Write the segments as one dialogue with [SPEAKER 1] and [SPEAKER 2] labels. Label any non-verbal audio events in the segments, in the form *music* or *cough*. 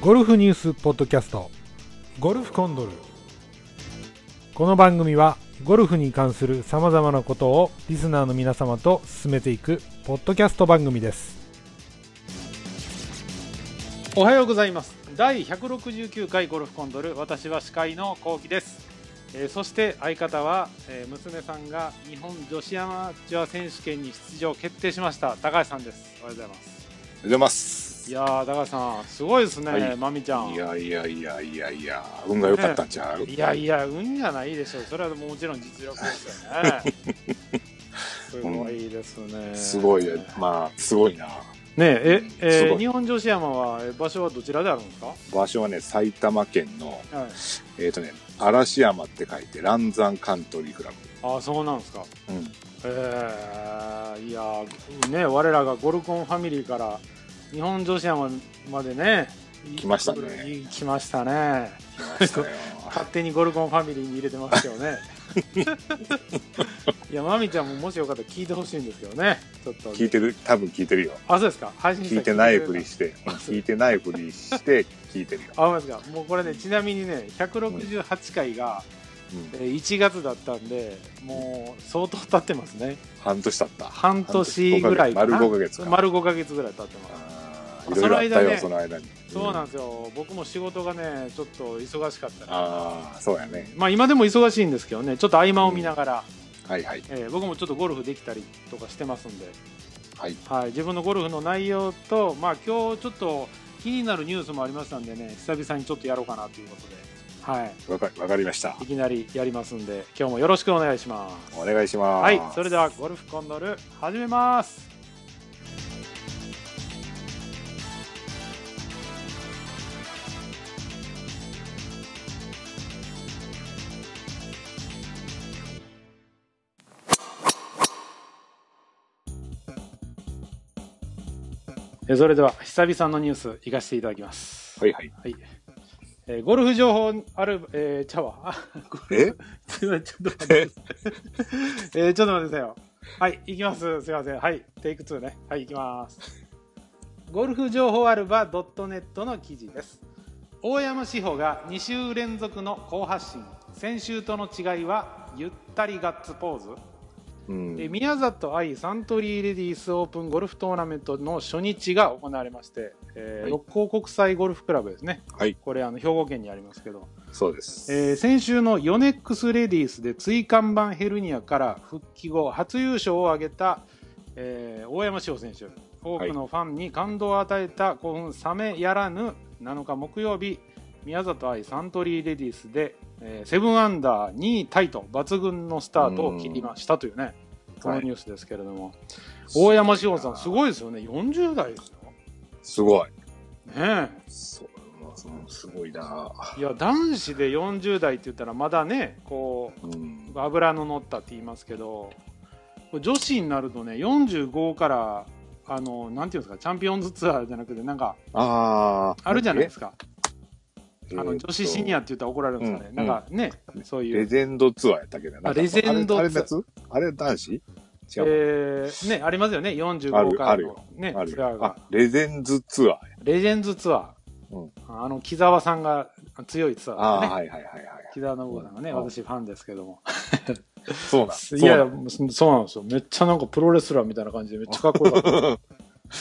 [SPEAKER 1] ゴルフニュースポッドキャストゴルフコンドルこの番組はゴルフに関するさまざまなことをリスナーの皆様と進めていくポッドキャスト番組です
[SPEAKER 2] おはようございます第169回ゴルフコンドル私は司会の幸喜です、えーそして相方は、えー娘さんが日本女子アマチュア選手権に出場決定しました高橋さんですおはようございます
[SPEAKER 3] おはようございます。
[SPEAKER 2] いやー高橋さんすごいですね、
[SPEAKER 3] はい
[SPEAKER 2] まみちゃん
[SPEAKER 3] いやいやいやいやいや、運が良かったんちゃう、
[SPEAKER 2] いやいや運じゃないでしょうそれはもちろん実力ですよ
[SPEAKER 3] *laughs*
[SPEAKER 2] ねすごいですね、
[SPEAKER 3] すごい
[SPEAKER 2] ね、
[SPEAKER 3] まあ、すごいな。
[SPEAKER 2] ええ
[SPEAKER 3] す
[SPEAKER 2] ー
[SPEAKER 3] ごい
[SPEAKER 2] 日本女子山はえー場所はどちらであるんですか、は
[SPEAKER 3] 場所はね、埼玉県の、
[SPEAKER 2] い、
[SPEAKER 3] えっ、とね、嵐山って書いて、ランザンカントリークラ
[SPEAKER 2] ああそうなんですか
[SPEAKER 3] ブ。うん。
[SPEAKER 2] えーいやーね我らがゴルコンファミリーから日本女子山までね
[SPEAKER 3] 来ましたね
[SPEAKER 2] い来ましたね
[SPEAKER 3] 来ましたよ
[SPEAKER 2] 勝手にゴルコンファミリーに入れてますけど
[SPEAKER 3] *laughs*
[SPEAKER 2] ねいやまみちゃんももしよかったら聞いてほしいんですけどねちょっと
[SPEAKER 3] 聞いてる多分聞いてるよ。
[SPEAKER 2] あそうですか配信
[SPEAKER 3] 聞いてないふり
[SPEAKER 2] て
[SPEAKER 3] して、うん聞いてないふりして、聞いてるよ。
[SPEAKER 2] あそうですかもうこれねちなみにね168回が
[SPEAKER 3] うん
[SPEAKER 2] えー1月だったんでもう相当経ってますね
[SPEAKER 3] 半年経った。
[SPEAKER 2] 半年ぐらいかな
[SPEAKER 3] 半年五ヶ月丸5ヶ月か。
[SPEAKER 2] 丸5ヶ月ぐらい経ってます
[SPEAKER 3] あーいろいろあったよ、そ
[SPEAKER 2] そ
[SPEAKER 3] の
[SPEAKER 2] の
[SPEAKER 3] 間に。
[SPEAKER 2] そうなん
[SPEAKER 3] ん
[SPEAKER 2] ですよ、僕も仕事がね、ちょっと忙しかったり
[SPEAKER 3] ああ、そうやね。
[SPEAKER 2] まあ今でも忙しいんですけどね、ちょっと合間を見ながら、
[SPEAKER 3] はいはい。
[SPEAKER 2] えー僕もちょっとゴルフできたりとかしてますんで、
[SPEAKER 3] はい。
[SPEAKER 2] はい、自分のゴルフの内容と、まあ今日ちょっと気になるニュースもありましたんでね、久々にちょっとやろうかなということで、はい、
[SPEAKER 3] わかわかりました
[SPEAKER 2] い。きなりやりますんで、今日もよろしくお願いします。
[SPEAKER 3] お願いします。
[SPEAKER 2] はい、それではゴルフコンドル始めます。えそれでは久々のニュース行かせていただきます。
[SPEAKER 3] はいはい。
[SPEAKER 2] はい。えーゴルフ情報ある、えー、ちゃうわ。あゴル *laughs* フすいませんちょっと待ってください。えーちょっと待ってくださいよ。はい、行きます。すいません。はい、テイク2ね。はい、行きます。ゴルフ情報あるば .net の記事です。大山志保が2週連続の好発進。先週との違いは、ゆったりガッツポーズ。
[SPEAKER 3] うん
[SPEAKER 2] えー宮里藍サントリーレディースオープンゴルフトーナメントの初日が行われまして、えー
[SPEAKER 3] はい
[SPEAKER 2] 六甲国際ゴルフクラブですね、
[SPEAKER 3] はい、
[SPEAKER 2] これあの兵庫県にありますけど、
[SPEAKER 3] そうです。
[SPEAKER 2] えー先週のヨネックスレディースで椎間板ヘルニアから復帰後初優勝を挙げた、えー大山志保選手多くのファンに感動を与えた興奮冷めやらぬ7日木曜日宮里藍サントリーレディースで、えー、7アンダー2位タイと抜群のスタートを切りましたというねこのニュースですけれども、大山志保さんすごいですよね40代ですよ
[SPEAKER 3] すごい。
[SPEAKER 2] ねえ
[SPEAKER 3] そう、すごいな。
[SPEAKER 2] いや男子で40代って言ったらまだねこう
[SPEAKER 3] うん。
[SPEAKER 2] 油の乗ったって言いますけどこれ女子になるとね45からあのなんていうんですかチャンピオンズツアーじゃなくてなんか
[SPEAKER 3] ああ。
[SPEAKER 2] あるじゃないです
[SPEAKER 3] か。
[SPEAKER 2] か
[SPEAKER 3] え
[SPEAKER 2] あの女子シニアって言ったら怒られるんですかね、
[SPEAKER 3] うん
[SPEAKER 2] なんかね、そうい
[SPEAKER 3] レ
[SPEAKER 2] う、
[SPEAKER 3] ジェンドツアーやったっけど
[SPEAKER 2] あレジェンド
[SPEAKER 3] あれ
[SPEAKER 2] ツアー
[SPEAKER 3] あれあれ男子違う。
[SPEAKER 2] えーねありますよね
[SPEAKER 3] あ
[SPEAKER 2] 45
[SPEAKER 3] る
[SPEAKER 2] から
[SPEAKER 3] ある
[SPEAKER 2] の
[SPEAKER 3] よ、
[SPEAKER 2] ね、
[SPEAKER 3] あ
[SPEAKER 2] ツアー
[SPEAKER 3] る。
[SPEAKER 2] が
[SPEAKER 3] あ、レジェンズツアーや。
[SPEAKER 2] レジェンズツアー、
[SPEAKER 3] うん
[SPEAKER 2] あの木澤さんが強いツアー
[SPEAKER 3] ああ、
[SPEAKER 2] ですね
[SPEAKER 3] はいはいはいはい。
[SPEAKER 2] 木澤信子さんがね、
[SPEAKER 3] うん
[SPEAKER 2] 私ファンですけども
[SPEAKER 3] そうなん。そ
[SPEAKER 2] *laughs*
[SPEAKER 3] う
[SPEAKER 2] い
[SPEAKER 3] なん
[SPEAKER 2] やいや、そそうなんですよ。めっちゃなんかプロレスラーみたいな感じでめっちゃかっこよか
[SPEAKER 3] *laughs*
[SPEAKER 2] った。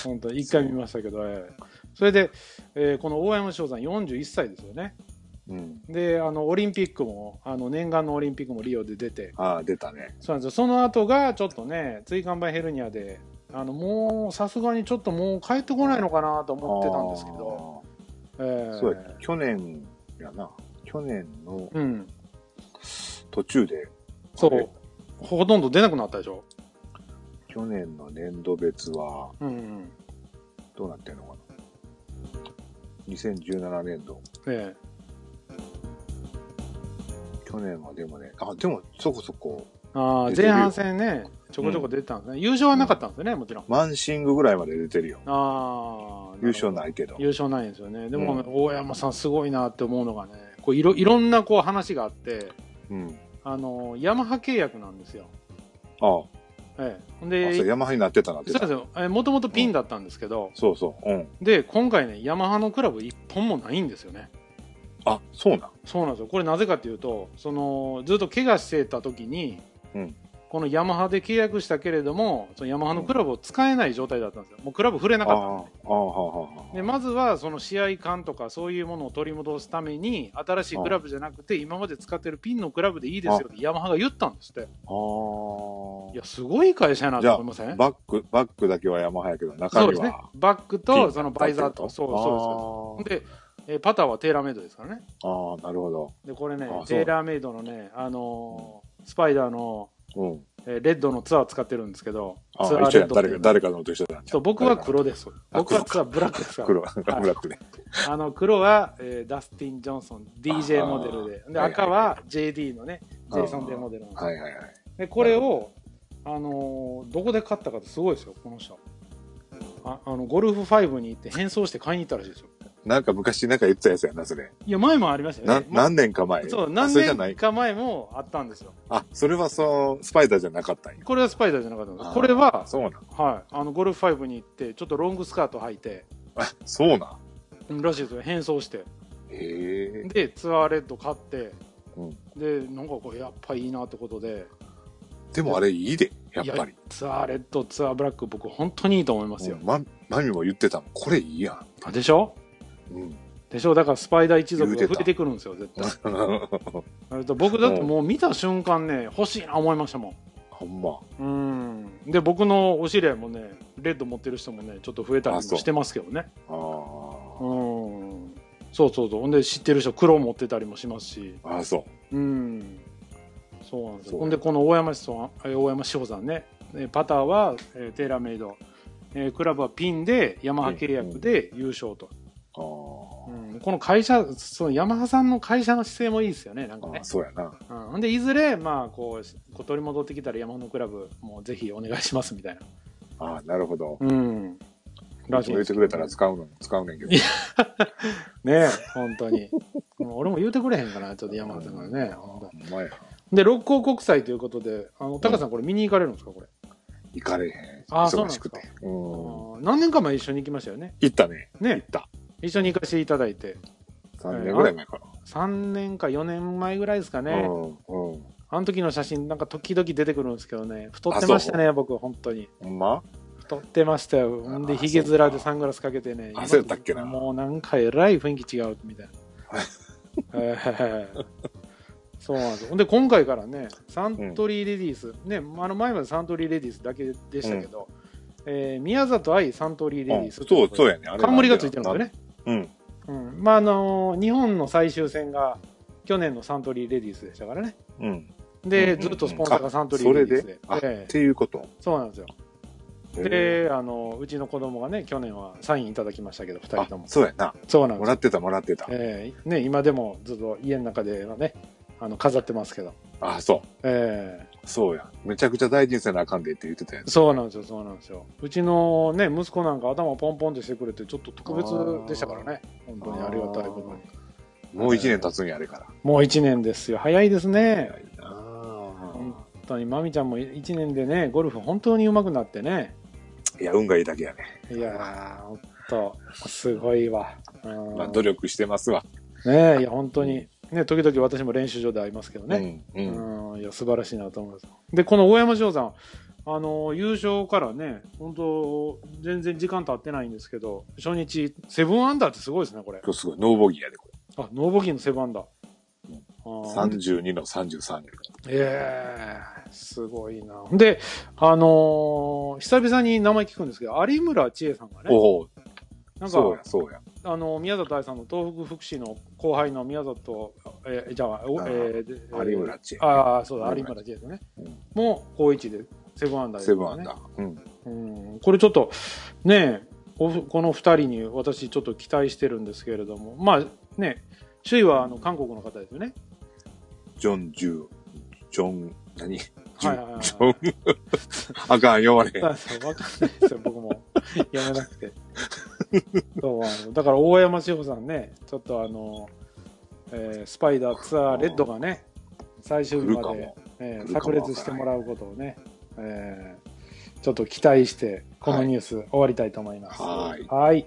[SPEAKER 2] 本当一回見ましたけど、ええそれで、えーこの大山翔さん41歳ですよね。
[SPEAKER 3] うん。
[SPEAKER 2] で、あの、オリンピックも、あの、念願のオリンピックもリオで出て、
[SPEAKER 3] ああ、出たね。
[SPEAKER 2] そうなんですよ。その後がちょっとね、椎間板ヘルニアで、あの、もう、さすがにちょっともう帰ってこないのかなと思ってたんですけど、え
[SPEAKER 3] あ
[SPEAKER 2] え
[SPEAKER 3] ー。そうや、去年やな。去年の
[SPEAKER 2] うん。
[SPEAKER 3] 途中で、
[SPEAKER 2] そ
[SPEAKER 3] あれ
[SPEAKER 2] う。ほとんど出なくなったでしょ。
[SPEAKER 3] 去年の年度別は、
[SPEAKER 2] うん、うん。
[SPEAKER 3] どうなってんのかな。2017年度。
[SPEAKER 2] ええ
[SPEAKER 3] 去年はでもね、あ、でもそこそこ、
[SPEAKER 2] ああ、
[SPEAKER 3] 出てる
[SPEAKER 2] 前
[SPEAKER 3] よ
[SPEAKER 2] 半戦ね、ちょこちょこ出てたんですね。優勝はなかったんですよね、もちろん。
[SPEAKER 3] マンシングぐらいまで出てるよ。
[SPEAKER 2] ああ、
[SPEAKER 3] 優勝
[SPEAKER 2] い。
[SPEAKER 3] ないけど。
[SPEAKER 2] 優勝ないんですよね。でも、
[SPEAKER 3] うん
[SPEAKER 2] 大山さんすごいなって思うのがね、こういろいろんなこう話があって、
[SPEAKER 3] うん。
[SPEAKER 2] あの、ヤマハ契約なんですよ。
[SPEAKER 3] ああ、
[SPEAKER 2] ええ、ほん
[SPEAKER 3] あそう
[SPEAKER 2] で
[SPEAKER 3] ヤマハになってたなって
[SPEAKER 2] そう
[SPEAKER 3] た
[SPEAKER 2] ですよもともとピンだったんですけど、
[SPEAKER 3] そうそううん
[SPEAKER 2] で今回ねヤマハのクラブ一本もないんですよね
[SPEAKER 3] あそうなん
[SPEAKER 2] そうなんですよこれなぜかというとそのずっと怪我してた時に、
[SPEAKER 3] うん
[SPEAKER 2] このヤマハで契約したけれどもそのヤマハのクラブを使えない状態だったんですよもうクラブ触れな
[SPEAKER 3] あ
[SPEAKER 2] か
[SPEAKER 3] あ
[SPEAKER 2] ったん
[SPEAKER 3] は
[SPEAKER 2] で
[SPEAKER 3] あはあ
[SPEAKER 2] でまずはその試合感とかそういうものを取り戻すために新しいクラブじゃなくて今まで使ってるピンのクラブでいいですよってヤマハが言ったんですってい
[SPEAKER 3] あ
[SPEAKER 2] やすごい会社やな
[SPEAKER 3] じ
[SPEAKER 2] と
[SPEAKER 3] ゃあ
[SPEAKER 2] 思いません
[SPEAKER 3] バックバックだけはヤマハやけど中
[SPEAKER 2] そうで
[SPEAKER 3] 身
[SPEAKER 2] すね
[SPEAKER 3] は
[SPEAKER 2] バック
[SPEAKER 3] ピンだっ
[SPEAKER 2] と
[SPEAKER 3] た
[SPEAKER 2] そのバイザーとそうそう
[SPEAKER 3] う
[SPEAKER 2] ですそうですで、えーパターはテーラーメイドですからね
[SPEAKER 3] あーあーなるほど
[SPEAKER 2] でこれね
[SPEAKER 3] あそう
[SPEAKER 2] テーラーメイドのねあのースパイダーの
[SPEAKER 3] うん
[SPEAKER 2] えーレッドのツアー使ってるんですけど、
[SPEAKER 3] あ
[SPEAKER 2] ツア
[SPEAKER 3] ー
[SPEAKER 2] ー
[SPEAKER 3] 一緒
[SPEAKER 2] レッ
[SPEAKER 3] やん
[SPEAKER 2] ドって
[SPEAKER 3] 誰
[SPEAKER 2] い
[SPEAKER 3] か
[SPEAKER 2] う
[SPEAKER 3] 誰かのと一緒だ
[SPEAKER 2] そう僕は黒です。僕はツアーブラックですから。
[SPEAKER 3] 黒 *laughs* ブラックね
[SPEAKER 2] あの黒は、えーダスティン・ジョンソン、DJ
[SPEAKER 3] あー
[SPEAKER 2] モデルで、で
[SPEAKER 3] はいはい
[SPEAKER 2] 赤は JD のね、
[SPEAKER 3] あ
[SPEAKER 2] ジェ
[SPEAKER 3] ー
[SPEAKER 2] イソン・デモデルなんですよ
[SPEAKER 3] はいはいはい
[SPEAKER 2] でこれを、あのーどこで買ったかってすごいですよ、この人。ああのゴルフ5に行って変装して買いに行ったらしいですよ。
[SPEAKER 3] なんか昔なんか言ってたやつやなそれ
[SPEAKER 2] いや、前もありましたよ
[SPEAKER 3] な
[SPEAKER 2] ね。ま
[SPEAKER 3] 何年か前
[SPEAKER 2] そう
[SPEAKER 3] あ
[SPEAKER 2] 何
[SPEAKER 3] それじゃない
[SPEAKER 2] 年か前もあったんですよ。
[SPEAKER 3] あそれはそのスパイダーじゃなかったんや
[SPEAKER 2] これはスパイダーじゃなかったんで
[SPEAKER 3] あ
[SPEAKER 2] す。
[SPEAKER 3] ー
[SPEAKER 2] これは、
[SPEAKER 3] そうなん
[SPEAKER 2] はい、あのゴルフ5に行って、ちょっとロングスカート履いて、
[SPEAKER 3] あそうな
[SPEAKER 2] う
[SPEAKER 3] ん
[SPEAKER 2] んらしいですよ変装して
[SPEAKER 3] へえ
[SPEAKER 2] でツアーレッド買って、
[SPEAKER 3] うん
[SPEAKER 2] でなんかこれやっぱいいなってことで
[SPEAKER 3] でもあれいいでやっぱ
[SPEAKER 2] い
[SPEAKER 3] り
[SPEAKER 2] ツアーレッドツアーブラック僕本当にいいと思いますよ、
[SPEAKER 3] うんまマミも言ってたもんこれいいや
[SPEAKER 2] あでしょ
[SPEAKER 3] んうん
[SPEAKER 2] でしょだからスパイダー一族
[SPEAKER 3] 言
[SPEAKER 2] が
[SPEAKER 3] うて
[SPEAKER 2] 増
[SPEAKER 3] た
[SPEAKER 2] えてくるんですよ絶対
[SPEAKER 3] *laughs*
[SPEAKER 2] えっと僕だってもう見た瞬間ね欲しいな思いましたもん
[SPEAKER 3] ほんま
[SPEAKER 2] うんで僕のお知り合いもねレッド持ってる人もねちょっと増えたりも
[SPEAKER 3] あそう
[SPEAKER 2] してますけどね
[SPEAKER 3] あー
[SPEAKER 2] うんそうそうそうほんで知ってる人黒持ってたりもしますし
[SPEAKER 3] あーそう
[SPEAKER 2] うん、そうなんです
[SPEAKER 3] そ
[SPEAKER 2] よ。
[SPEAKER 3] う
[SPEAKER 2] ほんで、この大山さん、えー大山志保さんね、えーパターは、えーテーラーメイド、えークラブはピンで、ヤマハ契約で優勝と。
[SPEAKER 3] あー
[SPEAKER 2] うんこの会社、そのヤマハさんの会社の姿勢もいいですよね、なんか
[SPEAKER 3] あ
[SPEAKER 2] ね
[SPEAKER 3] ー。そうやな
[SPEAKER 2] うん、ほんで、いずれ、まあ、こう、こう取り戻ってきたらヤマハのクラブ、もうぜひお願いしますみたいな。
[SPEAKER 3] あーなるほど
[SPEAKER 2] うん。
[SPEAKER 3] ラジオ言ってくれたら
[SPEAKER 2] ね
[SPEAKER 3] 使うの使うねんけど
[SPEAKER 2] いやえ、本当に。うん俺も言うてくれへんかな、ちょっとヤマハさんからね。ほんと
[SPEAKER 3] ほんまや
[SPEAKER 2] で、六甲国際ということで、あの、タカさんこれ見に行かれるんですか、これ。
[SPEAKER 3] 行かれへん
[SPEAKER 2] あーそうなんで
[SPEAKER 3] 忙し
[SPEAKER 2] す
[SPEAKER 3] く
[SPEAKER 2] か
[SPEAKER 3] てうん行
[SPEAKER 2] あー何年か前一緒に行きましたよね。
[SPEAKER 3] ったね行
[SPEAKER 2] ね
[SPEAKER 3] っ。た
[SPEAKER 2] 一緒に行かせていただいて。
[SPEAKER 3] 3年ぐらい前か
[SPEAKER 2] 3年か4年前ぐらいですか
[SPEAKER 3] な
[SPEAKER 2] ね。
[SPEAKER 3] うんうん
[SPEAKER 2] あの時の写真、なんか時々出てくるんですけどね。太ってましたね、僕、本当に。
[SPEAKER 3] ほんま
[SPEAKER 2] 太ってましたよ。ほんで、
[SPEAKER 3] あー
[SPEAKER 2] ひげ面でサングラスかけてね。
[SPEAKER 3] あそうやったっけな
[SPEAKER 2] もうなんかえらい雰囲気違うみたいな。えーそうなんですよほんで今回からねサントリーレディース、ねあの前までサントリーレディースだけでしたけど、えー宮里愛サントリーレディース
[SPEAKER 3] うん
[SPEAKER 2] とい
[SPEAKER 3] そうう
[SPEAKER 2] ことで
[SPEAKER 3] そうやねあれ
[SPEAKER 2] 冠がついてるんですよね
[SPEAKER 3] うん
[SPEAKER 2] うん、まああの日本の最終戦が去年のサントリーレディースでしたからね
[SPEAKER 3] うん
[SPEAKER 2] で、
[SPEAKER 3] うんうんうん
[SPEAKER 2] ずっとスポンサーがサントリー
[SPEAKER 3] あ
[SPEAKER 2] レディースで
[SPEAKER 3] それであ
[SPEAKER 2] ええ
[SPEAKER 3] っていうこと
[SPEAKER 2] そうなんですよ
[SPEAKER 3] へー
[SPEAKER 2] であのうちの子供がね去年はサインいただきましたけど2人
[SPEAKER 3] あ
[SPEAKER 2] とも
[SPEAKER 3] そうやな
[SPEAKER 2] そうなんで
[SPEAKER 3] も
[SPEAKER 2] す
[SPEAKER 3] ら
[SPEAKER 2] よ、
[SPEAKER 3] ってたもらってた
[SPEAKER 2] ええね、今でもずっと家の中ではねあの飾ってますけど、
[SPEAKER 3] あそ
[SPEAKER 2] ええ
[SPEAKER 3] うそうやめちゃくちゃ大事にせなあかんでって言ってたやつ
[SPEAKER 2] そうなんですよそうなんですようちのね息子なんか頭ポンポンとしてくれてちょっと特別でしたからね本当にありがたいことに
[SPEAKER 3] もう1年経つんやあれから
[SPEAKER 2] もう1年ですよ早いですね
[SPEAKER 3] あ
[SPEAKER 2] 本当にまみちゃんも1年でねゴルフ本当に上手くなってね
[SPEAKER 3] いや運がいいだけやね
[SPEAKER 2] いやーほんとすごいわ、うん
[SPEAKER 3] まあ努力してますわ
[SPEAKER 2] ねえいや本当にね時々私も練習場で会いますけどね、
[SPEAKER 3] うんうん
[SPEAKER 2] うんいや素晴らしいなと思いますでこの大山翔さんあの優勝からね本当全然時間経ってないんですけど初日セブンアンダーってすごいですねこれ
[SPEAKER 3] 今日すごいノーボギーやでこれ
[SPEAKER 2] あノーボギーのセブンアンダー
[SPEAKER 3] うん
[SPEAKER 2] あー
[SPEAKER 3] 32の33やで
[SPEAKER 2] ええすごいな。で、あのー久々に名前聞くんですけど、有村千恵さんがね、
[SPEAKER 3] おお
[SPEAKER 2] なん
[SPEAKER 3] そう
[SPEAKER 2] か
[SPEAKER 3] や、そうや
[SPEAKER 2] あの宮里愛さんの東北福祉の後輩の宮里、えーじゃあ、お
[SPEAKER 3] あ
[SPEAKER 2] え
[SPEAKER 3] ー
[SPEAKER 2] ーで
[SPEAKER 3] 有村知恵
[SPEAKER 2] えーああ、そうだ、有
[SPEAKER 3] 有
[SPEAKER 2] 村
[SPEAKER 3] 村
[SPEAKER 2] 千恵さんね
[SPEAKER 3] うん。
[SPEAKER 2] もう、高一で、セブンアンダーです
[SPEAKER 3] セ
[SPEAKER 2] ね
[SPEAKER 3] ブンアンダーうん
[SPEAKER 2] うん、これちょっと、ねえ、おふこの二人に私ちょっと期待してるんですけれども、まあね、首位はあの韓国の方ですよね。
[SPEAKER 3] ジョン・ジュジョン何ジ
[SPEAKER 2] はいはいはい
[SPEAKER 3] ョ
[SPEAKER 2] はい
[SPEAKER 3] ンジョン *laughs* あかん呼ばれへ
[SPEAKER 2] *laughs*
[SPEAKER 3] ん
[SPEAKER 2] そうそうわかんないですよ、僕も。読めなくて。そうあのだから、大山志保さんね、ちょっとあの、えースパイダーツアーレッドがね、最終
[SPEAKER 3] 来
[SPEAKER 2] 日
[SPEAKER 3] るか
[SPEAKER 2] まで
[SPEAKER 3] も、
[SPEAKER 2] えー
[SPEAKER 3] 来るか
[SPEAKER 2] 炸
[SPEAKER 3] も
[SPEAKER 2] 裂してもらうことをね、えーちょっと期待して、このニュース、終わりたいと思います。
[SPEAKER 3] はーい。
[SPEAKER 2] はい。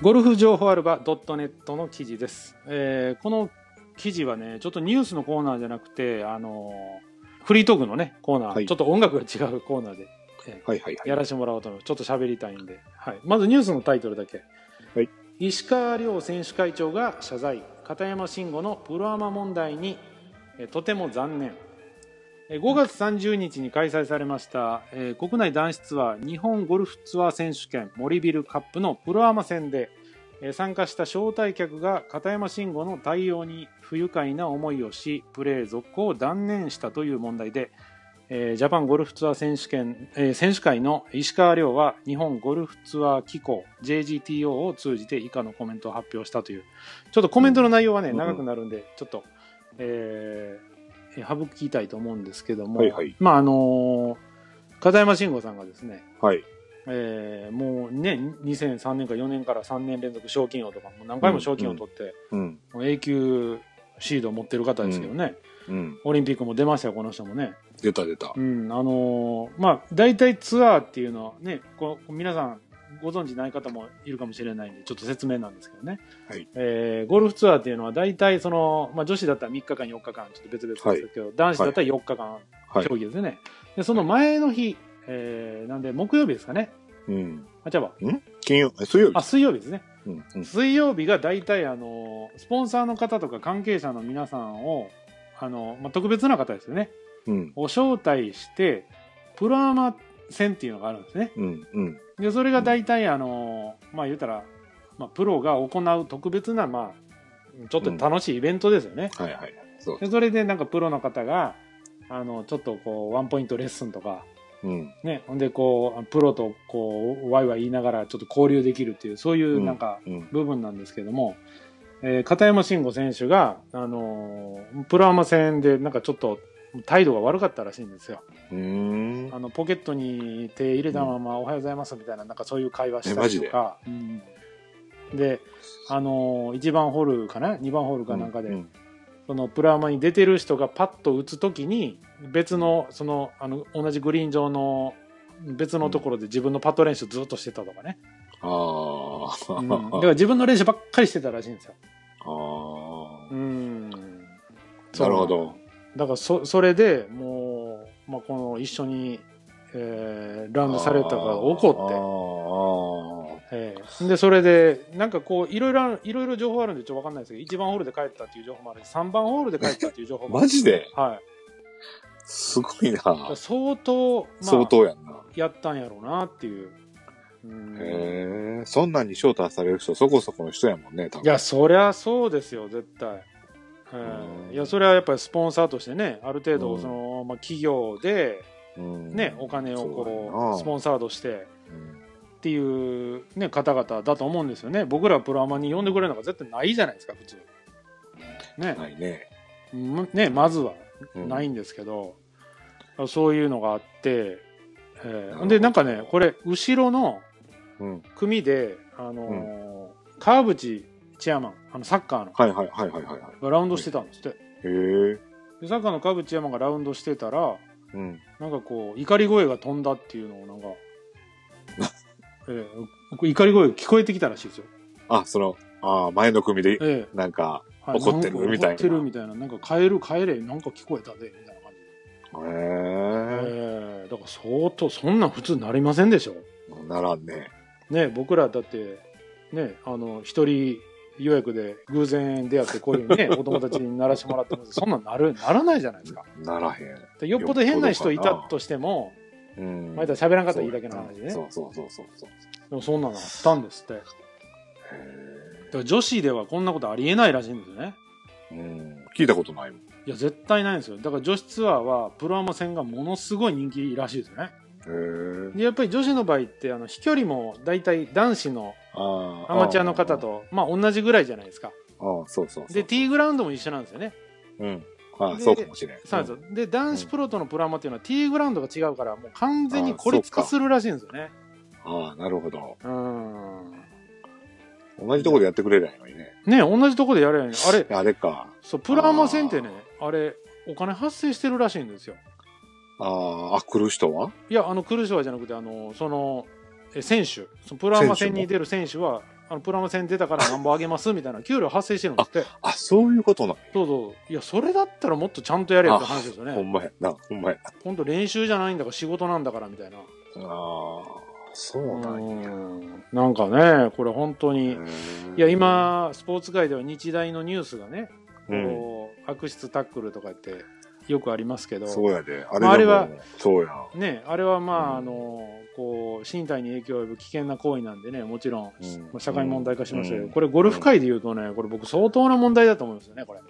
[SPEAKER 2] ゴルフ情報アルバ .net の記事です、えーこの記事はね、ちょっとニュースのコーナーじゃなくて、あのーフリートークのね、コーナー、
[SPEAKER 3] はい
[SPEAKER 2] ちょっと音楽が違うコーナーで
[SPEAKER 3] はいはいはい。
[SPEAKER 2] やらせてもらおうと思う。ちょっと喋りたいんで、はい。まずニュースのタイトルだけ。
[SPEAKER 3] はい
[SPEAKER 2] 石川遼選手会長が謝罪。片山慎吾のプロアマ問題に、えーとても残念。えー5月30日に開催されました、えー国内男子ツアー日本ゴルフツアー選手権森ビルカップのプロアマ戦で、えー参加した招待客が片山慎吾の対応に不愉快な思いをしプレー続行を断念したという問題で、えージャパンゴルフツアー選手権、えー選手会の石川遼は日本ゴルフツアー機構 JGTO を通じて以下のコメントを発表したというちょっとコメントの内容はね、
[SPEAKER 3] うん
[SPEAKER 2] 長くなるんでちょっと、えー省きたいと思うんですけども、
[SPEAKER 3] はいはい
[SPEAKER 2] まああのー片山慎吾さんがですね、
[SPEAKER 3] はい。
[SPEAKER 2] えーもうね2003年か4年から3年連続賞金王とかもう何回も賞金王取って、
[SPEAKER 3] うん。
[SPEAKER 2] もう永久シードを持ってる方ですけどね、
[SPEAKER 3] うん。
[SPEAKER 2] オリンピックも出ましたよこの人もね。
[SPEAKER 3] 出た出た
[SPEAKER 2] う。ん、あのーまあ大体ツアーっていうのはねこう皆さんご存知ない方もいるかもしれないんでちょっと説明なんですけどね、
[SPEAKER 3] はい
[SPEAKER 2] えーゴルフツアーっていうのは大体その、まあ、女子だったら3日間4日間ちょっと別々ですけど、男子だったら4日間
[SPEAKER 3] はい
[SPEAKER 2] 競。技ですね、でその前の日、えーなんで木曜日ですかね
[SPEAKER 3] うん。
[SPEAKER 2] あ違うわ
[SPEAKER 3] 金曜、え水曜日
[SPEAKER 2] あ。水曜日ですね
[SPEAKER 3] うん。うん。
[SPEAKER 2] 水曜日が大体あのースポンサーの方とか関係者の皆さんをあのー、まあ、特別な方ですよね
[SPEAKER 3] うん。
[SPEAKER 2] を招待してプロアマ戦っていうのがあるんですね
[SPEAKER 3] うん。うん。
[SPEAKER 2] でそれが大体あのまあ言うたら、まあ、プロが行う特別なまあちょっと楽しいイベントですよね、
[SPEAKER 3] はいはい。そう。
[SPEAKER 2] でそれでなんかプロの方があのちょっとこうワンポイントレッスンとか
[SPEAKER 3] うん。
[SPEAKER 2] ねほんでこうプロとこうワイワイ言いながらちょっと交流できるっていうそういうなんか
[SPEAKER 3] うん。
[SPEAKER 2] 部分なんですけども、えー片山慎吾選手が、あのプロアマ戦でなんかちょっと態度が悪かったらしいんですよ
[SPEAKER 3] うーん。
[SPEAKER 2] あのポケットに手入れたまま「おはようございます」みたいななんかそういう会話し
[SPEAKER 3] え
[SPEAKER 2] た
[SPEAKER 3] マ
[SPEAKER 2] り
[SPEAKER 3] ジ
[SPEAKER 2] と
[SPEAKER 3] で
[SPEAKER 2] か、うんで、あのー、1番ホールかな2番ホールかなんかで、
[SPEAKER 3] う
[SPEAKER 2] そのプラマに出てる人がパッと打つ時に別のそのあの同じグリーン上の別のところで自分のパット練習ずっとしてたと
[SPEAKER 3] *laughs*
[SPEAKER 2] かね、
[SPEAKER 3] ああ。
[SPEAKER 2] うん、だ
[SPEAKER 3] あ
[SPEAKER 2] から自分の練習ばっかりしてたらしいんですよ。
[SPEAKER 3] あ
[SPEAKER 2] う。ん
[SPEAKER 3] なるほど。
[SPEAKER 2] だからそそれでもう、まあ、この一緒に、えーラウンドされた方が怒って。
[SPEAKER 3] 怒って。
[SPEAKER 2] ええでそれでなんかこういろいろあるいろいろ情報あるんでちょっとわかんないですけど1番ホールで帰ったっていう情報もあるし3番ホールで帰ったっていう情報もあ
[SPEAKER 3] マ
[SPEAKER 2] る
[SPEAKER 3] ジで
[SPEAKER 2] はい
[SPEAKER 3] すごいな。
[SPEAKER 2] だから相当、まあ、
[SPEAKER 3] 相当やんな。
[SPEAKER 2] やったんやろうなっていう、うん
[SPEAKER 3] へえ。そんなんに招待される人、そこそこの人やもんね、多分。
[SPEAKER 2] いやそりゃそうですよ絶対、え
[SPEAKER 3] う
[SPEAKER 2] え
[SPEAKER 3] ん
[SPEAKER 2] いやそれはやっぱりスポンサーとしてねある程
[SPEAKER 3] う
[SPEAKER 2] 度
[SPEAKER 3] ん
[SPEAKER 2] その、まあ、企業で
[SPEAKER 3] うん、
[SPEAKER 2] ねお金をこうスポ
[SPEAKER 3] ン
[SPEAKER 2] ンサードして
[SPEAKER 3] うん
[SPEAKER 2] っていう、ね、方々だと思うんですよね僕らプロアマに呼んでくれるのが絶対ないじゃないですか普通ね、
[SPEAKER 3] ないね。
[SPEAKER 2] うんね、まずは
[SPEAKER 3] うん
[SPEAKER 2] ないんですけど、そういうのがあって、え
[SPEAKER 3] ほ
[SPEAKER 2] ー、
[SPEAKER 3] ど
[SPEAKER 2] でなんかねこれ後ろの
[SPEAKER 3] うん。
[SPEAKER 2] 組で、あのー川淵チェアマンあのサッカーの
[SPEAKER 3] はいはいはいはいはい。
[SPEAKER 2] がラウンドしてたんですって、
[SPEAKER 3] へえ。
[SPEAKER 2] でサッカーの川淵チェアマンがラウンドしてたら
[SPEAKER 3] うん。
[SPEAKER 2] なんかこう怒り声が飛んだっていうのをなんか、 *laughs* えー怒り声が聞こえてきたらしいですよ、
[SPEAKER 3] あ、その、あー前の組で、
[SPEAKER 2] え
[SPEAKER 3] なんか、
[SPEAKER 2] ーはい
[SPEAKER 3] 怒ってる
[SPEAKER 2] んか
[SPEAKER 3] みたいな
[SPEAKER 2] 怒ってるみたいななんか帰る帰れなんか聞こえたでみたいな感じで
[SPEAKER 3] へえ。
[SPEAKER 2] えーだから相当そんなん普通なりませんでしょ
[SPEAKER 3] ならんね。
[SPEAKER 2] ね僕らだってねあの一人予約で偶然出会ってこう
[SPEAKER 3] *laughs*
[SPEAKER 2] いうねお友達にならしてもらってますそんなんなるならないじゃないですか
[SPEAKER 3] ならへん。
[SPEAKER 2] でよっぽど変な人いたとしても
[SPEAKER 3] うん。
[SPEAKER 2] 前田喋らんかったらいいだけの話でね
[SPEAKER 3] そうそうそうそうそう。
[SPEAKER 2] でもそんなのあったんですってだか
[SPEAKER 3] へ
[SPEAKER 2] ら女子ではこんなことありえないらしいんですよね
[SPEAKER 3] え。うん。聞いたことないもん。へ
[SPEAKER 2] いや絶対ないんですよだから女子ツアーはプロアマ戦がものすごい人気らしいですよね
[SPEAKER 3] え。
[SPEAKER 2] でやっぱり女子の場合ってあの飛距離も大体男子の
[SPEAKER 3] あー
[SPEAKER 2] アマチュアの方。とまあ同じぐらいじゃないですか
[SPEAKER 3] あーあー、そうそうそう。
[SPEAKER 2] で、ティーグラウンドも一緒なんですよね。
[SPEAKER 3] うん。ああ、
[SPEAKER 2] で
[SPEAKER 3] そうかもしれん。
[SPEAKER 2] そうなんですよ。で、男子プロとのプロアマっていうのはティーグラウンドが違うから、もう完全に孤立化
[SPEAKER 3] あそう
[SPEAKER 2] す
[SPEAKER 3] か
[SPEAKER 2] るらしいんですよね。
[SPEAKER 3] うんああ、なるほど。
[SPEAKER 2] うん。
[SPEAKER 3] 同じとこでやってくれりゃいいのにね。
[SPEAKER 2] ね同じとこでやれやねあれ、
[SPEAKER 3] あれか。
[SPEAKER 2] そう、プロアマ戦ってね、あれ、お金発生してるらしいんですよ。
[SPEAKER 3] あーあ、来る人はい
[SPEAKER 2] や、あの、苦しはじゃなくて、あの、その、え選手、そのプラマ戦に出る選手は、あのプラマ戦に出たからなんぼあげますみたいな、給 *laughs* 料発生してるんですって。
[SPEAKER 3] あ、そういうことな
[SPEAKER 2] そうそう。いや、それだったらもっとちゃんとやれよって話ですよ
[SPEAKER 3] の。ほ
[SPEAKER 2] ね。
[SPEAKER 3] んまやな、ほんまや。
[SPEAKER 2] 本当練習じゃないんだから仕事なんだからみたいな。
[SPEAKER 3] ああ、そうなんや。
[SPEAKER 2] うんなんかね、これ本当に。いや、、今、スポーツ界では日大のニュースがね、
[SPEAKER 3] うん、
[SPEAKER 2] こう悪質タックルとかってよくありますけど、
[SPEAKER 3] そうやで。あれ
[SPEAKER 2] まああれ
[SPEAKER 3] でも
[SPEAKER 2] は
[SPEAKER 3] そうや。
[SPEAKER 2] ね、あれはまあ、
[SPEAKER 3] うん
[SPEAKER 2] あのこう身体に影響を及ぶ危険な行為なんでねもちろん、
[SPEAKER 3] うん
[SPEAKER 2] まあ社会問題化しましたけど、
[SPEAKER 3] うん
[SPEAKER 2] これゴルフ界で言うとねこれ僕相当な問題だと思いますよねこれ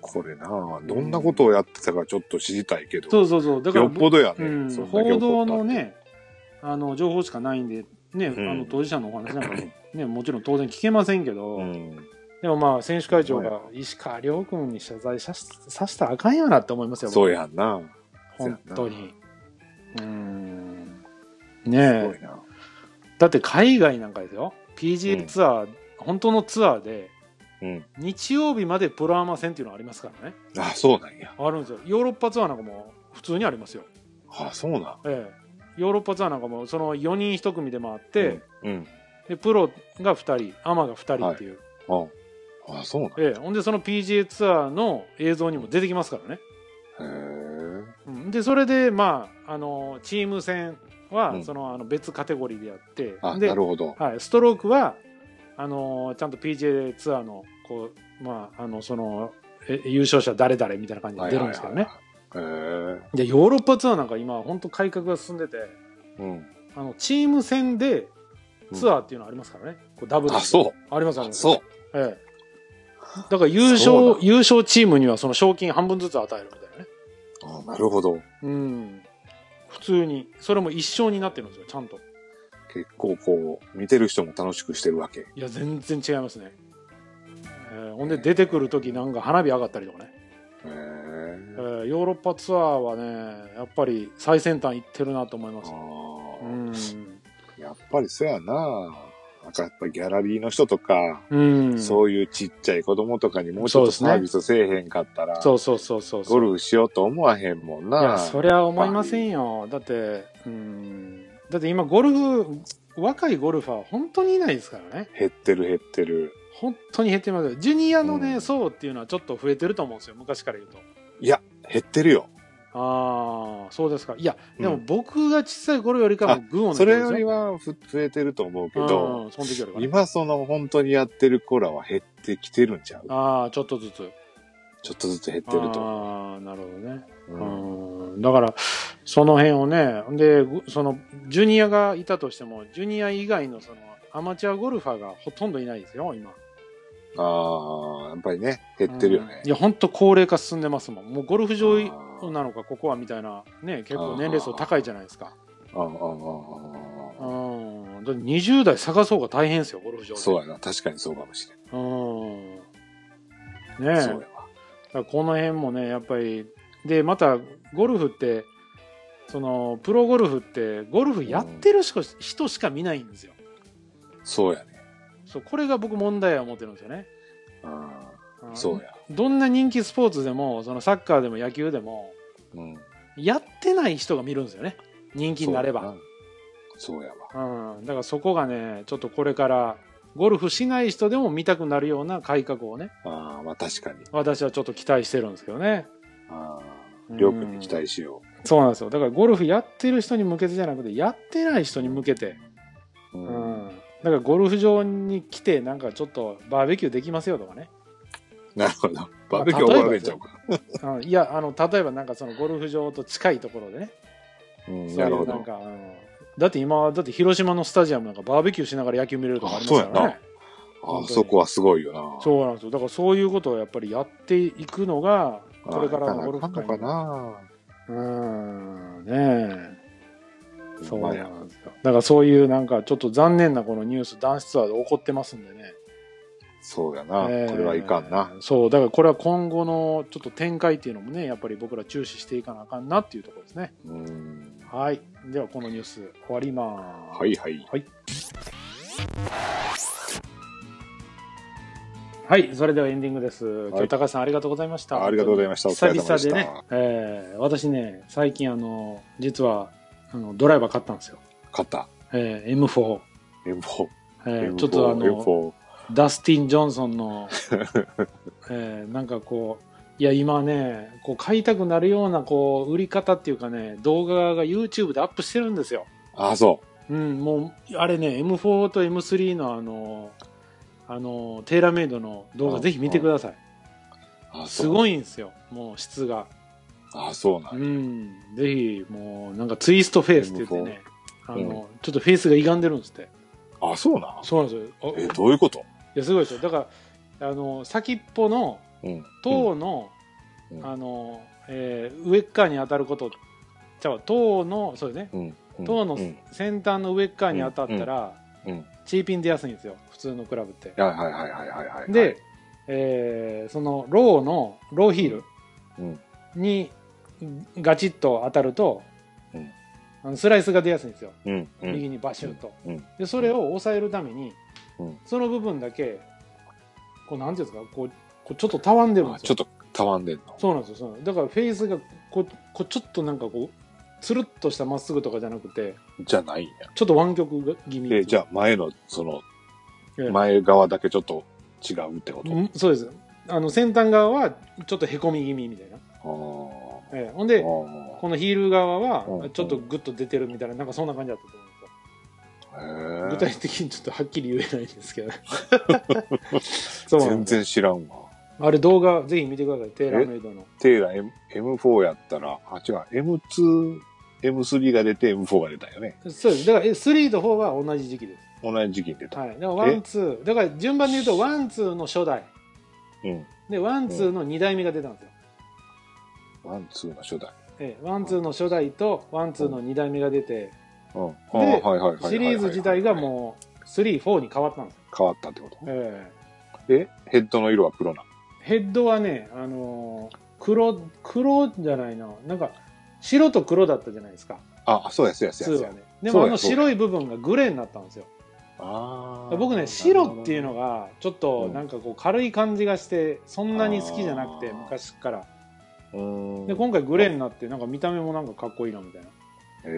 [SPEAKER 3] これな、どんなことをやってたかちょっと知りたいけど。
[SPEAKER 2] そうそうそうだから
[SPEAKER 3] よっぽどやね。
[SPEAKER 2] うん、
[SPEAKER 3] そんだけ
[SPEAKER 2] 報
[SPEAKER 3] 怒
[SPEAKER 2] 道
[SPEAKER 3] った
[SPEAKER 2] の。ねあの情報しかないんで、ね
[SPEAKER 3] うん
[SPEAKER 2] あの当事者のお話なんか、ね、もち *laughs* ろん当然聞けませんけど、
[SPEAKER 3] うん。
[SPEAKER 2] でもまあ選手会長が石川遼君に謝罪ささせたらあかんやなって思いますよ僕
[SPEAKER 3] そうやんな。
[SPEAKER 2] 本当
[SPEAKER 3] そうや
[SPEAKER 2] に。うーん。
[SPEAKER 3] な。す
[SPEAKER 2] ね
[SPEAKER 3] ごい
[SPEAKER 2] え。
[SPEAKER 3] な。
[SPEAKER 2] だって海外なんかですよ。
[SPEAKER 3] う
[SPEAKER 2] PGA
[SPEAKER 3] ん
[SPEAKER 2] ツアー、本当のツアーで、
[SPEAKER 3] うん
[SPEAKER 2] 日曜日までプロアマ戦っていうのありますからね。
[SPEAKER 3] あ、そうなんや。
[SPEAKER 2] あるんですよ。ヨーロッパツアーなんかも普通にありますよ。
[SPEAKER 3] あ、そうなん。
[SPEAKER 2] ええ。ヨーロッパツアーなんかもその4人1組で回って、
[SPEAKER 3] うん、
[SPEAKER 2] でプロが2人、アマが2人っていう、
[SPEAKER 3] うん。あ、あそうなん。へ
[SPEAKER 2] ええ、ほんでその PGA ツアーの映像にも出てきますからね。
[SPEAKER 3] え。
[SPEAKER 2] うんでそれで、まあ、あのチーム戦は、
[SPEAKER 3] うん
[SPEAKER 2] そのあの別カテゴリーでやって
[SPEAKER 3] あ、
[SPEAKER 2] で
[SPEAKER 3] なるほど。
[SPEAKER 2] はい、ストロークはあのーちゃんと PJ ツアーのこう、まあ、あのそのえ優勝者誰々みたいな感じで出るんですけどね
[SPEAKER 3] はいはいはいはい。へ
[SPEAKER 2] でヨーロッパツアーなんか今本当改革が進んでて
[SPEAKER 3] え。うん。
[SPEAKER 2] あのチーム戦でツアーっていうのありますからね、こうダブルで
[SPEAKER 3] あ、そう。
[SPEAKER 2] ありますあり
[SPEAKER 3] あ、
[SPEAKER 2] ます
[SPEAKER 3] そう。
[SPEAKER 2] ええ、だから優
[SPEAKER 3] そうな
[SPEAKER 2] 勝
[SPEAKER 3] ん
[SPEAKER 2] 優勝チームにはその賞金半分ずつ与えるみたいなね
[SPEAKER 3] あ、なるほど。
[SPEAKER 2] うん普通にそれも一勝になってるんですよちゃんと
[SPEAKER 3] 結構こう、見てる人も楽しくしてるわけ。
[SPEAKER 2] いや全然違いますね、えーほんで出てくる時なんか花火上がったりとかね、
[SPEAKER 3] へ
[SPEAKER 2] え
[SPEAKER 3] え。
[SPEAKER 2] ーヨーロッパツアーはねやっぱり最先端行ってるなと思いますう
[SPEAKER 3] あ
[SPEAKER 2] ん
[SPEAKER 3] あ、やっぱりそうやな。なんかやっぱギャラリーの人とか、
[SPEAKER 2] うん
[SPEAKER 3] そういうちっちゃい子供とかにもうちょっと
[SPEAKER 2] そ
[SPEAKER 3] サ
[SPEAKER 2] うですね
[SPEAKER 3] ービスせえへんかったら、
[SPEAKER 2] そうそうそうそう
[SPEAKER 3] ゴ
[SPEAKER 2] ル
[SPEAKER 3] ルフしようと思わへんもん
[SPEAKER 2] いや
[SPEAKER 3] な。
[SPEAKER 2] そりゃ思いませんよだってうんだって今ゴルフ若いゴルファー本当にいないですからね
[SPEAKER 3] 減ってる減ってる。
[SPEAKER 2] 本当に減ってますよジュニアのね、
[SPEAKER 3] うん
[SPEAKER 2] 層っていうのはちょっと増えてると思うんですよ昔から言うと
[SPEAKER 3] 減ってるよ。
[SPEAKER 2] ああそうですかいやでも
[SPEAKER 3] うん
[SPEAKER 2] 僕が小さい頃よりかも群を抜い
[SPEAKER 3] そ
[SPEAKER 2] て
[SPEAKER 3] れ
[SPEAKER 2] るんですよ
[SPEAKER 3] よりはふ増えてると思うけど、
[SPEAKER 2] うん、その時よりはね、
[SPEAKER 3] 今その本当にやってる子らは減ってきてるんちゃう
[SPEAKER 2] ああちょっとずつ
[SPEAKER 3] ちょっとずつ減ってると。
[SPEAKER 2] ああなるほどね、
[SPEAKER 3] う
[SPEAKER 2] うんん、だからその辺をねでぐそのジュニアがいたとしてもジュニア以外のそのアマチュアゴルファーがほとんどいないですよ今
[SPEAKER 3] ああ、やっぱりね、減ってるよね
[SPEAKER 2] うんい。や本当高齢化進んでますもんもうゴルフ場い
[SPEAKER 3] あー
[SPEAKER 2] なのかここはみたいなね結構年齢層高いじゃないですか
[SPEAKER 3] ああああ
[SPEAKER 2] うん
[SPEAKER 3] ああ
[SPEAKER 2] だって20代探そうが大変ですよゴルフ場で
[SPEAKER 3] そうやな。確かにそうかもしれ
[SPEAKER 2] うん
[SPEAKER 3] な
[SPEAKER 2] ね
[SPEAKER 3] い。
[SPEAKER 2] え
[SPEAKER 3] そう
[SPEAKER 2] だ
[SPEAKER 3] やわ。
[SPEAKER 2] からこの辺もねやっぱりでまたゴルフってそのプロゴルフってゴルフやってるしか、人しか見ないんですよ
[SPEAKER 3] そうやね。
[SPEAKER 2] そうこれが僕問題や思ってるんですよね
[SPEAKER 3] あ
[SPEAKER 2] う
[SPEAKER 3] あ
[SPEAKER 2] ん
[SPEAKER 3] そうや。
[SPEAKER 2] どんな人気スポーツでもそのサッカーでも野球でも
[SPEAKER 3] うん。
[SPEAKER 2] やってない人が見るんですよね人気になれば
[SPEAKER 3] そうやな。そうやわ。
[SPEAKER 2] うん、だからそこがねちょっとこれからゴルフしない人でも見たくなるような改革をね
[SPEAKER 3] ああ、まあ確かに。
[SPEAKER 2] 私はちょっと期待してるんですけどね
[SPEAKER 3] あ
[SPEAKER 2] う
[SPEAKER 3] あ、
[SPEAKER 2] ん
[SPEAKER 3] りょうくんに期待しよ
[SPEAKER 2] そうなんですよだからゴルフやってる人に向けてじゃなくてやってない人に向けて
[SPEAKER 3] う。
[SPEAKER 2] う
[SPEAKER 3] うん。
[SPEAKER 2] んだからゴルフ場に来てなんかちょっとバーベキューできますよと
[SPEAKER 3] *laughs*
[SPEAKER 2] かね、
[SPEAKER 3] なるほど。バーベキュー怒られちゃうか。
[SPEAKER 2] うんいやあの例えばなんかそのゴルフ場と近いところでね
[SPEAKER 3] うん、
[SPEAKER 2] そうい
[SPEAKER 3] なるほ
[SPEAKER 2] うな
[SPEAKER 3] ど
[SPEAKER 2] ん。かあのだって今はだって広島のスタジアムなんかバーベキューしながら野球見れるとかありますからね
[SPEAKER 3] ああ、そこはすごいよな。
[SPEAKER 2] そうなんですよだからそういうことをやっぱりやっていくのがこれからのゴル
[SPEAKER 3] な
[SPEAKER 2] フ
[SPEAKER 3] んの
[SPEAKER 2] 界
[SPEAKER 3] か
[SPEAKER 2] の
[SPEAKER 3] な
[SPEAKER 2] うんねえそう
[SPEAKER 3] まあ
[SPEAKER 2] な
[SPEAKER 3] や
[SPEAKER 2] んですよだからそういうなんかちょっと残念なこのニュース男子ツアーで起こってますんでね
[SPEAKER 3] そうやな、
[SPEAKER 2] えー
[SPEAKER 3] これはいかんな。
[SPEAKER 2] そうだからこれは今後のちょっと展開っていうのもねやっぱり僕ら注視していかなあかんなっていうところですね
[SPEAKER 3] うん。
[SPEAKER 2] はいではこのニュース終わります
[SPEAKER 3] はいはい。
[SPEAKER 2] はい、それではエンディングです。今
[SPEAKER 3] は
[SPEAKER 2] 日
[SPEAKER 3] い
[SPEAKER 2] 高橋さんありがとうございました。
[SPEAKER 3] あありがとうございました
[SPEAKER 2] 久
[SPEAKER 3] お疲れ様
[SPEAKER 2] 々
[SPEAKER 3] でし
[SPEAKER 2] で
[SPEAKER 3] た
[SPEAKER 2] ね、えー私ね、最近あの、実は、あの、ドライバー買ったんですよ。
[SPEAKER 3] 勝った。
[SPEAKER 2] えー M4。
[SPEAKER 3] M4。
[SPEAKER 2] えー
[SPEAKER 3] M4
[SPEAKER 2] ちょっとあの、
[SPEAKER 3] M4。
[SPEAKER 2] ダスティン・ジョンソンの、えーなんかこう、いや、今ね、こう、買いたくなるような、こう、売り方っていうかね、動画が YouTube でアップしてるんですよ。
[SPEAKER 3] ああ、そ
[SPEAKER 2] うん、もう、あれね、M4 と M3 のあの、あの、テーラーメイドの動画、
[SPEAKER 3] うん
[SPEAKER 2] ぜひ見てください。
[SPEAKER 3] う。ああ、
[SPEAKER 2] す
[SPEAKER 3] い。
[SPEAKER 2] ごいんですよ、もう質が。
[SPEAKER 3] ああ、そうなん
[SPEAKER 2] う
[SPEAKER 3] や
[SPEAKER 2] ん、ぜひ、もう、なんかツイストフェイスって言ってね、あ
[SPEAKER 3] ん
[SPEAKER 2] の、ちょっとフェイスが歪んでるんですって。
[SPEAKER 3] ああ、そうなん。
[SPEAKER 2] そうなんですよ。お
[SPEAKER 3] え、
[SPEAKER 2] い
[SPEAKER 3] どういうこと
[SPEAKER 2] や、すごいですよ。だから、あの、先っぽの
[SPEAKER 3] うん。
[SPEAKER 2] 塔の、
[SPEAKER 3] うん
[SPEAKER 2] あの、えー上っ側に当たること、じゃあ、塔の、そうですね、
[SPEAKER 3] うん。うん
[SPEAKER 2] 塔の
[SPEAKER 3] うん
[SPEAKER 2] 先端の上っ側に当たったら、
[SPEAKER 3] うんうん
[SPEAKER 2] チーピン出やすいんですよ、普通のクラブって。
[SPEAKER 3] はいはいはいはいはいはい。
[SPEAKER 2] で、えーそのローのローヒール
[SPEAKER 3] うん
[SPEAKER 2] にガチッと当たると、
[SPEAKER 3] うん
[SPEAKER 2] あのスライスが出やすいんですよ、
[SPEAKER 3] うん。うん。
[SPEAKER 2] 右にバシュッと、
[SPEAKER 3] うん
[SPEAKER 2] でそれを抑えるために、
[SPEAKER 3] うん
[SPEAKER 2] その部分だけこうなんていうんですかこうこうちょっとたわんでるんで
[SPEAKER 3] あ
[SPEAKER 2] すよ
[SPEAKER 3] ちょっとたわんでんの。
[SPEAKER 2] そうなんですよそうなんですだからフェイスがこうこうちょっとなんかこうつるっとしたまっすぐとかじゃなくて
[SPEAKER 3] じゃないんや。
[SPEAKER 2] ちょっと湾曲気味
[SPEAKER 3] えじゃあ前の、その、
[SPEAKER 2] ええ
[SPEAKER 3] 前側だけちょっと違うってこ
[SPEAKER 2] うんそうですあの先端側はちょっとへこみ気味みたいな、
[SPEAKER 3] とあ
[SPEAKER 2] ええほん
[SPEAKER 3] あ
[SPEAKER 2] で
[SPEAKER 3] ー。
[SPEAKER 2] このヒール側
[SPEAKER 3] う
[SPEAKER 2] は
[SPEAKER 3] ん
[SPEAKER 2] ちょっとグッと出てるみたいななんかそんな感じだったと思うんですよ具
[SPEAKER 3] へえ
[SPEAKER 2] 体的にちょっとはっきり言えないんですけ
[SPEAKER 3] *laughs*
[SPEAKER 2] どそうなん
[SPEAKER 3] 全
[SPEAKER 2] です
[SPEAKER 3] 然知らんわ。
[SPEAKER 2] あれ動画ぜひ見てくださいテーラーメイドの
[SPEAKER 3] テーラ M M4 やったら、あ、違う、M2、M3 が出て M4 が出たよね。
[SPEAKER 2] そうですだからえ3と4は同じ時期で
[SPEAKER 3] 同じ時期に出
[SPEAKER 2] す
[SPEAKER 3] た。
[SPEAKER 2] はいだからワンツーだから順番で言うとワンツーの初代
[SPEAKER 3] うん。
[SPEAKER 2] でワンツーの2代目が出たんですよ、
[SPEAKER 3] ワン、ツーの初代。
[SPEAKER 2] ええワンツーの初代とワンツーの2代目が出て
[SPEAKER 3] うん。あ
[SPEAKER 2] で
[SPEAKER 3] ーはいはいはいはいはいはい
[SPEAKER 2] シリーズ自体がもう34に変わったんですよ、
[SPEAKER 3] 変わったってこと
[SPEAKER 2] ええ
[SPEAKER 3] えヘッドの色は黒な。
[SPEAKER 2] ヘッドはね、あのー黒、黒じゃないな。なんか、白と黒だったじゃないですか。
[SPEAKER 3] あ、そうやそうや
[SPEAKER 2] 普
[SPEAKER 3] そ
[SPEAKER 2] 通
[SPEAKER 3] うやそう
[SPEAKER 2] は
[SPEAKER 3] や。
[SPEAKER 2] ね。で
[SPEAKER 3] そう
[SPEAKER 2] も
[SPEAKER 3] や
[SPEAKER 2] あの白い部分がグレーになったんですよ。
[SPEAKER 3] あー
[SPEAKER 2] 僕ね、白っていうの。が、ちょっとなんかこう軽い感じがして、そんなに好きじゃなくて、
[SPEAKER 3] あー
[SPEAKER 2] 昔から。
[SPEAKER 3] うーん。
[SPEAKER 2] で、今回グレーになって、なんか見た目もなんかかっこいいなみたいな。
[SPEAKER 3] へえ。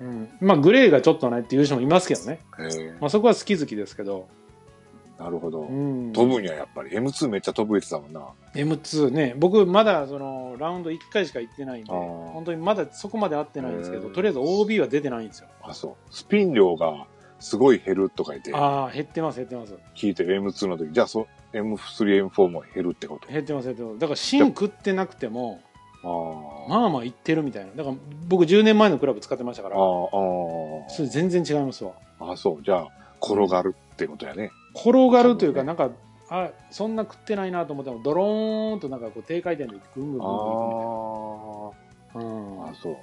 [SPEAKER 2] うん。まあ、グレーがちょっとないっていう人もいますけどね。
[SPEAKER 3] へえ。
[SPEAKER 2] まあ、そこは好き好きですけど。
[SPEAKER 3] なるほど
[SPEAKER 2] う。ん。
[SPEAKER 3] 飛ぶにはやっぱり M2 めっちゃ飛ぶ言ってたもんな。
[SPEAKER 2] M2 ね、僕まだそのラウンド1回しか行ってないんで、
[SPEAKER 3] あー
[SPEAKER 2] 本当にまだそこまで合ってないんですけ
[SPEAKER 3] へ
[SPEAKER 2] ど、
[SPEAKER 3] ー
[SPEAKER 2] とりあえず OB は出てないんですよ。
[SPEAKER 3] あ、そう。スピン量がすごい減るとか言って
[SPEAKER 2] ああ、減ってます、減ってます。
[SPEAKER 3] 聞いてる M2 の時、じゃあそ M3、M4 も減るってこと
[SPEAKER 2] 減ってます、減ってます。だから芯食ってなくても、
[SPEAKER 3] あ
[SPEAKER 2] まあまあいってるみたいな。だから僕10年前のクラブ使ってましたか
[SPEAKER 3] あ。あ
[SPEAKER 2] ら、
[SPEAKER 3] ー
[SPEAKER 2] それ全然違いますわ。
[SPEAKER 3] あー。あ、そう。じゃあ、転がるってことやね。
[SPEAKER 2] 転がるというか、
[SPEAKER 3] そうね
[SPEAKER 2] なんか、あそんな食ってないなと思っても、ドローンとなんかこう低回転でぐんぐんぐんぐん
[SPEAKER 3] あ
[SPEAKER 2] 行くみたい
[SPEAKER 3] あ
[SPEAKER 2] な。う
[SPEAKER 3] あ
[SPEAKER 2] ん。
[SPEAKER 3] そう。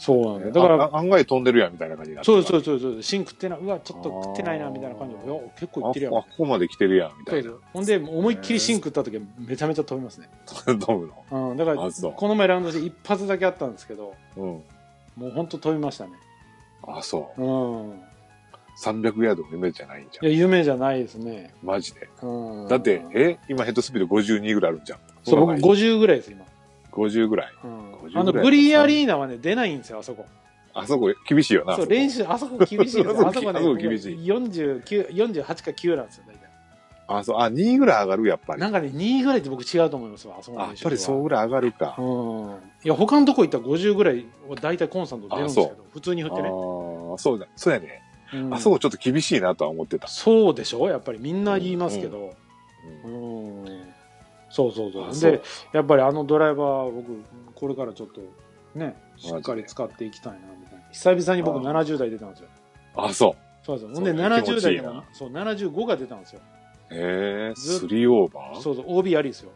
[SPEAKER 2] そうなんだよ。だから、
[SPEAKER 3] ああ案外飛んでるやんみたいな感じになって
[SPEAKER 2] そうですそうで
[SPEAKER 3] う
[SPEAKER 2] すそうです。芯食ってない。うわ、ちょっと食ってないなみたいな感じで、
[SPEAKER 3] あ
[SPEAKER 2] い
[SPEAKER 3] ー
[SPEAKER 2] や結構いってるやん
[SPEAKER 3] あ。あ、ここまで来てるやんみたいな。
[SPEAKER 2] ほんで、思いっきり芯食った時はめちゃめちゃ飛びますね。
[SPEAKER 3] *laughs* 飛ぶの。
[SPEAKER 2] うん、だから、
[SPEAKER 3] あそう
[SPEAKER 2] この前ラウンドで一発だけあったんですけど、
[SPEAKER 3] うん。
[SPEAKER 2] もうほんと飛びましたね。
[SPEAKER 3] あ、そう。
[SPEAKER 2] うん。
[SPEAKER 3] 300ヤードも夢じゃないんじゃ
[SPEAKER 2] いや、夢じゃないですね。
[SPEAKER 3] ん。マジで。
[SPEAKER 2] うん。
[SPEAKER 3] だって、え今ヘッドスピード52ぐらいあるんじゃん。
[SPEAKER 2] そう、僕
[SPEAKER 3] んなの
[SPEAKER 2] 50ぐらいです、今。
[SPEAKER 3] 50ぐらい。
[SPEAKER 2] うん。
[SPEAKER 3] 50
[SPEAKER 2] あの、グリーンアリーナはね、出ないんですよ、あそこ。
[SPEAKER 3] あそこ厳しいよな。
[SPEAKER 2] そう、
[SPEAKER 3] こ
[SPEAKER 2] 練習、あそこ厳しいんですよ。
[SPEAKER 3] あ
[SPEAKER 2] あそ
[SPEAKER 3] そ
[SPEAKER 2] こ
[SPEAKER 3] こ
[SPEAKER 2] ね、
[SPEAKER 3] 厳しい
[SPEAKER 2] 49 48か9なんですよ、大体。
[SPEAKER 3] あ、そう。あ、2ぐらい上がる、やっぱり。
[SPEAKER 2] なんかね、2位ぐらいって僕違うと思いますわ、あそこ
[SPEAKER 3] あ、
[SPEAKER 2] の
[SPEAKER 3] やっ
[SPEAKER 2] 練習
[SPEAKER 3] ぱ
[SPEAKER 2] は
[SPEAKER 3] りそうぐらい上がるか。
[SPEAKER 2] うん。いや、他のとこ行ったら50ぐらいは大体コンスタント出るんですけ
[SPEAKER 3] あ
[SPEAKER 2] ど、普通に振ってね。
[SPEAKER 3] ああ、そうだ、そうやね。
[SPEAKER 2] うん
[SPEAKER 3] あそこちょっと厳しいなとは思ってた。
[SPEAKER 2] そうでしょやっぱりみんな言いますけど、
[SPEAKER 3] うん
[SPEAKER 2] うんそうそうそう
[SPEAKER 3] あ
[SPEAKER 2] でやっぱりあのドライバー僕これからちょっとねしっかり使っていきたいなみたいな久々に僕
[SPEAKER 3] あ
[SPEAKER 2] 70代出たんですよ
[SPEAKER 3] あ、そ
[SPEAKER 2] そうそうほんで
[SPEAKER 3] そうね気持
[SPEAKER 2] 70
[SPEAKER 3] ちい
[SPEAKER 2] 代
[SPEAKER 3] い
[SPEAKER 2] で
[SPEAKER 3] な
[SPEAKER 2] もそう75が出たんですよ
[SPEAKER 3] う。へえ、
[SPEAKER 2] ず
[SPEAKER 3] スリーオーバー
[SPEAKER 2] そうそう OB ありですよ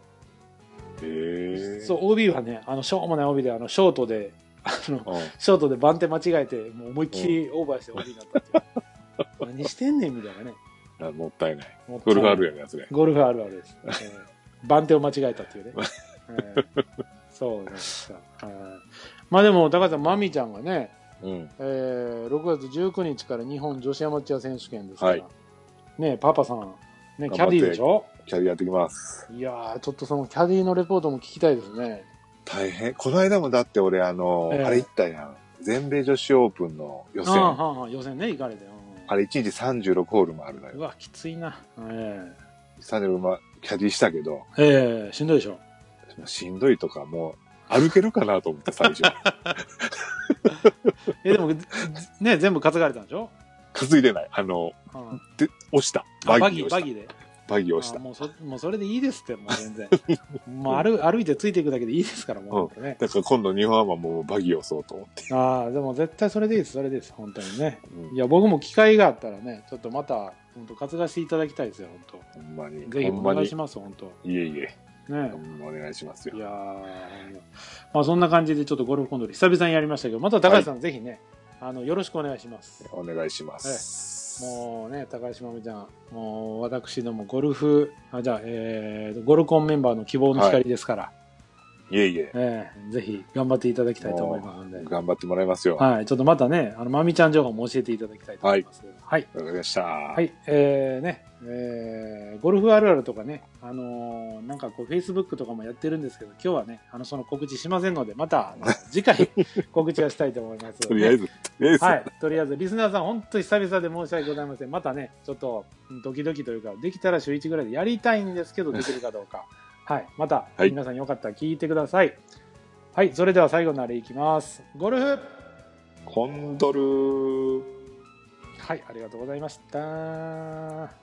[SPEAKER 3] へえ。
[SPEAKER 2] そう OB はねあのしょうもない OB であのショートであの
[SPEAKER 3] うん。
[SPEAKER 2] ショートで番手間違えてもう思いっきりオーバーして OB になったっていう何してんねんみたいなね
[SPEAKER 3] あもったいない。
[SPEAKER 2] もった
[SPEAKER 3] ゴ
[SPEAKER 2] い
[SPEAKER 3] ル
[SPEAKER 2] ない
[SPEAKER 3] フあるやんやつね。
[SPEAKER 2] ゴルフあるあるです。えー番手を間違えたっていう
[SPEAKER 3] *laughs*
[SPEAKER 2] ね。えーそうなんですよ。はいまあでも、高橋さん、まみちゃんがね、
[SPEAKER 3] うん。
[SPEAKER 2] えー6月19日から日本女子アマチュア選手権ですから、
[SPEAKER 3] はい
[SPEAKER 2] ね、パパさん、ね、
[SPEAKER 3] 頑張って
[SPEAKER 2] キャディーでしょ
[SPEAKER 3] キャリアやってきます。
[SPEAKER 2] いやー、ちょっとそのキャディーのレポートも聞きたいですね。
[SPEAKER 3] 大変。この間もだって俺、あの、
[SPEAKER 2] ええ
[SPEAKER 3] あれ行ったやん。全米女子オープンの予
[SPEAKER 2] あーは
[SPEAKER 3] 選。
[SPEAKER 2] んはん予選ね、行かれて。
[SPEAKER 3] あれ、1日36ホールもあるの
[SPEAKER 2] うんう
[SPEAKER 3] よ。
[SPEAKER 2] わ、きついな。え
[SPEAKER 3] 36まあキャディしたけど、
[SPEAKER 2] えええしんどいでしょ。
[SPEAKER 3] しんどいとかもう、歩けるかなと思った、最
[SPEAKER 2] *laughs*
[SPEAKER 3] 初。
[SPEAKER 2] え、でも、ずね、全部担がれたんでしょ、
[SPEAKER 3] 担いでない。あの、
[SPEAKER 2] うん、
[SPEAKER 3] で、押した。
[SPEAKER 2] あ
[SPEAKER 3] バ
[SPEAKER 2] バ
[SPEAKER 3] ギ
[SPEAKER 2] ギ
[SPEAKER 3] ー
[SPEAKER 2] ー、
[SPEAKER 3] 押
[SPEAKER 2] バ
[SPEAKER 3] し
[SPEAKER 2] ギーで。
[SPEAKER 3] た。バギー押し
[SPEAKER 2] あ
[SPEAKER 3] た。
[SPEAKER 2] もうそもうそれでいいですって、もう
[SPEAKER 3] *laughs*
[SPEAKER 2] 全然。もう歩歩いてついていくだけでいいですから、もう、ね
[SPEAKER 3] だから今度日本ハムはもうバギー押そうと思って。
[SPEAKER 2] ああ、でも絶対それでいいです、それでいいです、本当にね。
[SPEAKER 3] うん
[SPEAKER 2] いや、僕も機会があったらね、ちょっとまた、本当担がしていただきたいですよ、本
[SPEAKER 3] ほんまに。
[SPEAKER 2] 当。ぜひ
[SPEAKER 3] ほ
[SPEAKER 2] お
[SPEAKER 3] んま
[SPEAKER 2] 願
[SPEAKER 3] に。
[SPEAKER 2] い
[SPEAKER 3] い
[SPEAKER 2] します、本当。
[SPEAKER 3] えいえ。
[SPEAKER 2] ね
[SPEAKER 3] ほ。んまお願いしますよ
[SPEAKER 2] い。やーまあそんな感じでちょっとゴルフコンドル久々にやりましたけど、また高橋さん、ぜひね、あのよろしくお願いします。
[SPEAKER 3] お願いします。
[SPEAKER 2] もうね、高橋まみちゃん、もう私どもゴルフ、あじゃあ、えーゴルコンメンバーの希望の光ですから、
[SPEAKER 3] いえいえ。
[SPEAKER 2] えーぜひ頑張っていただきたいと思いますので、
[SPEAKER 3] 頑張ってもらいますよ。
[SPEAKER 2] はい、ちょっとまたね、あのまみちゃん情報も教えていただきたいと思います。はい
[SPEAKER 3] わかりました。
[SPEAKER 2] は
[SPEAKER 3] はい。
[SPEAKER 2] い、えーね、えーゴルフあるあるとかね、あのーなんかこう、Facebook とかもやってるんですけど、今日はね、あの、その告知しませんので、また、あの次 *laughs* 回、告知はしたいと思います。
[SPEAKER 3] とりあえず、とりあえず、
[SPEAKER 2] はい、とりあえず、リスナーさん、本当に久々で申し訳ございません。またね、ちょっと、うんドキドキというか、できたら週1ぐらいでやりたいんですけど、できるかどうか。はい、また、
[SPEAKER 3] はい
[SPEAKER 2] 皆さんよかったら聞いてください。はい、それでは最後のあれいきます。ゴルフ
[SPEAKER 3] コンドル。
[SPEAKER 2] はい、ありがとうございました。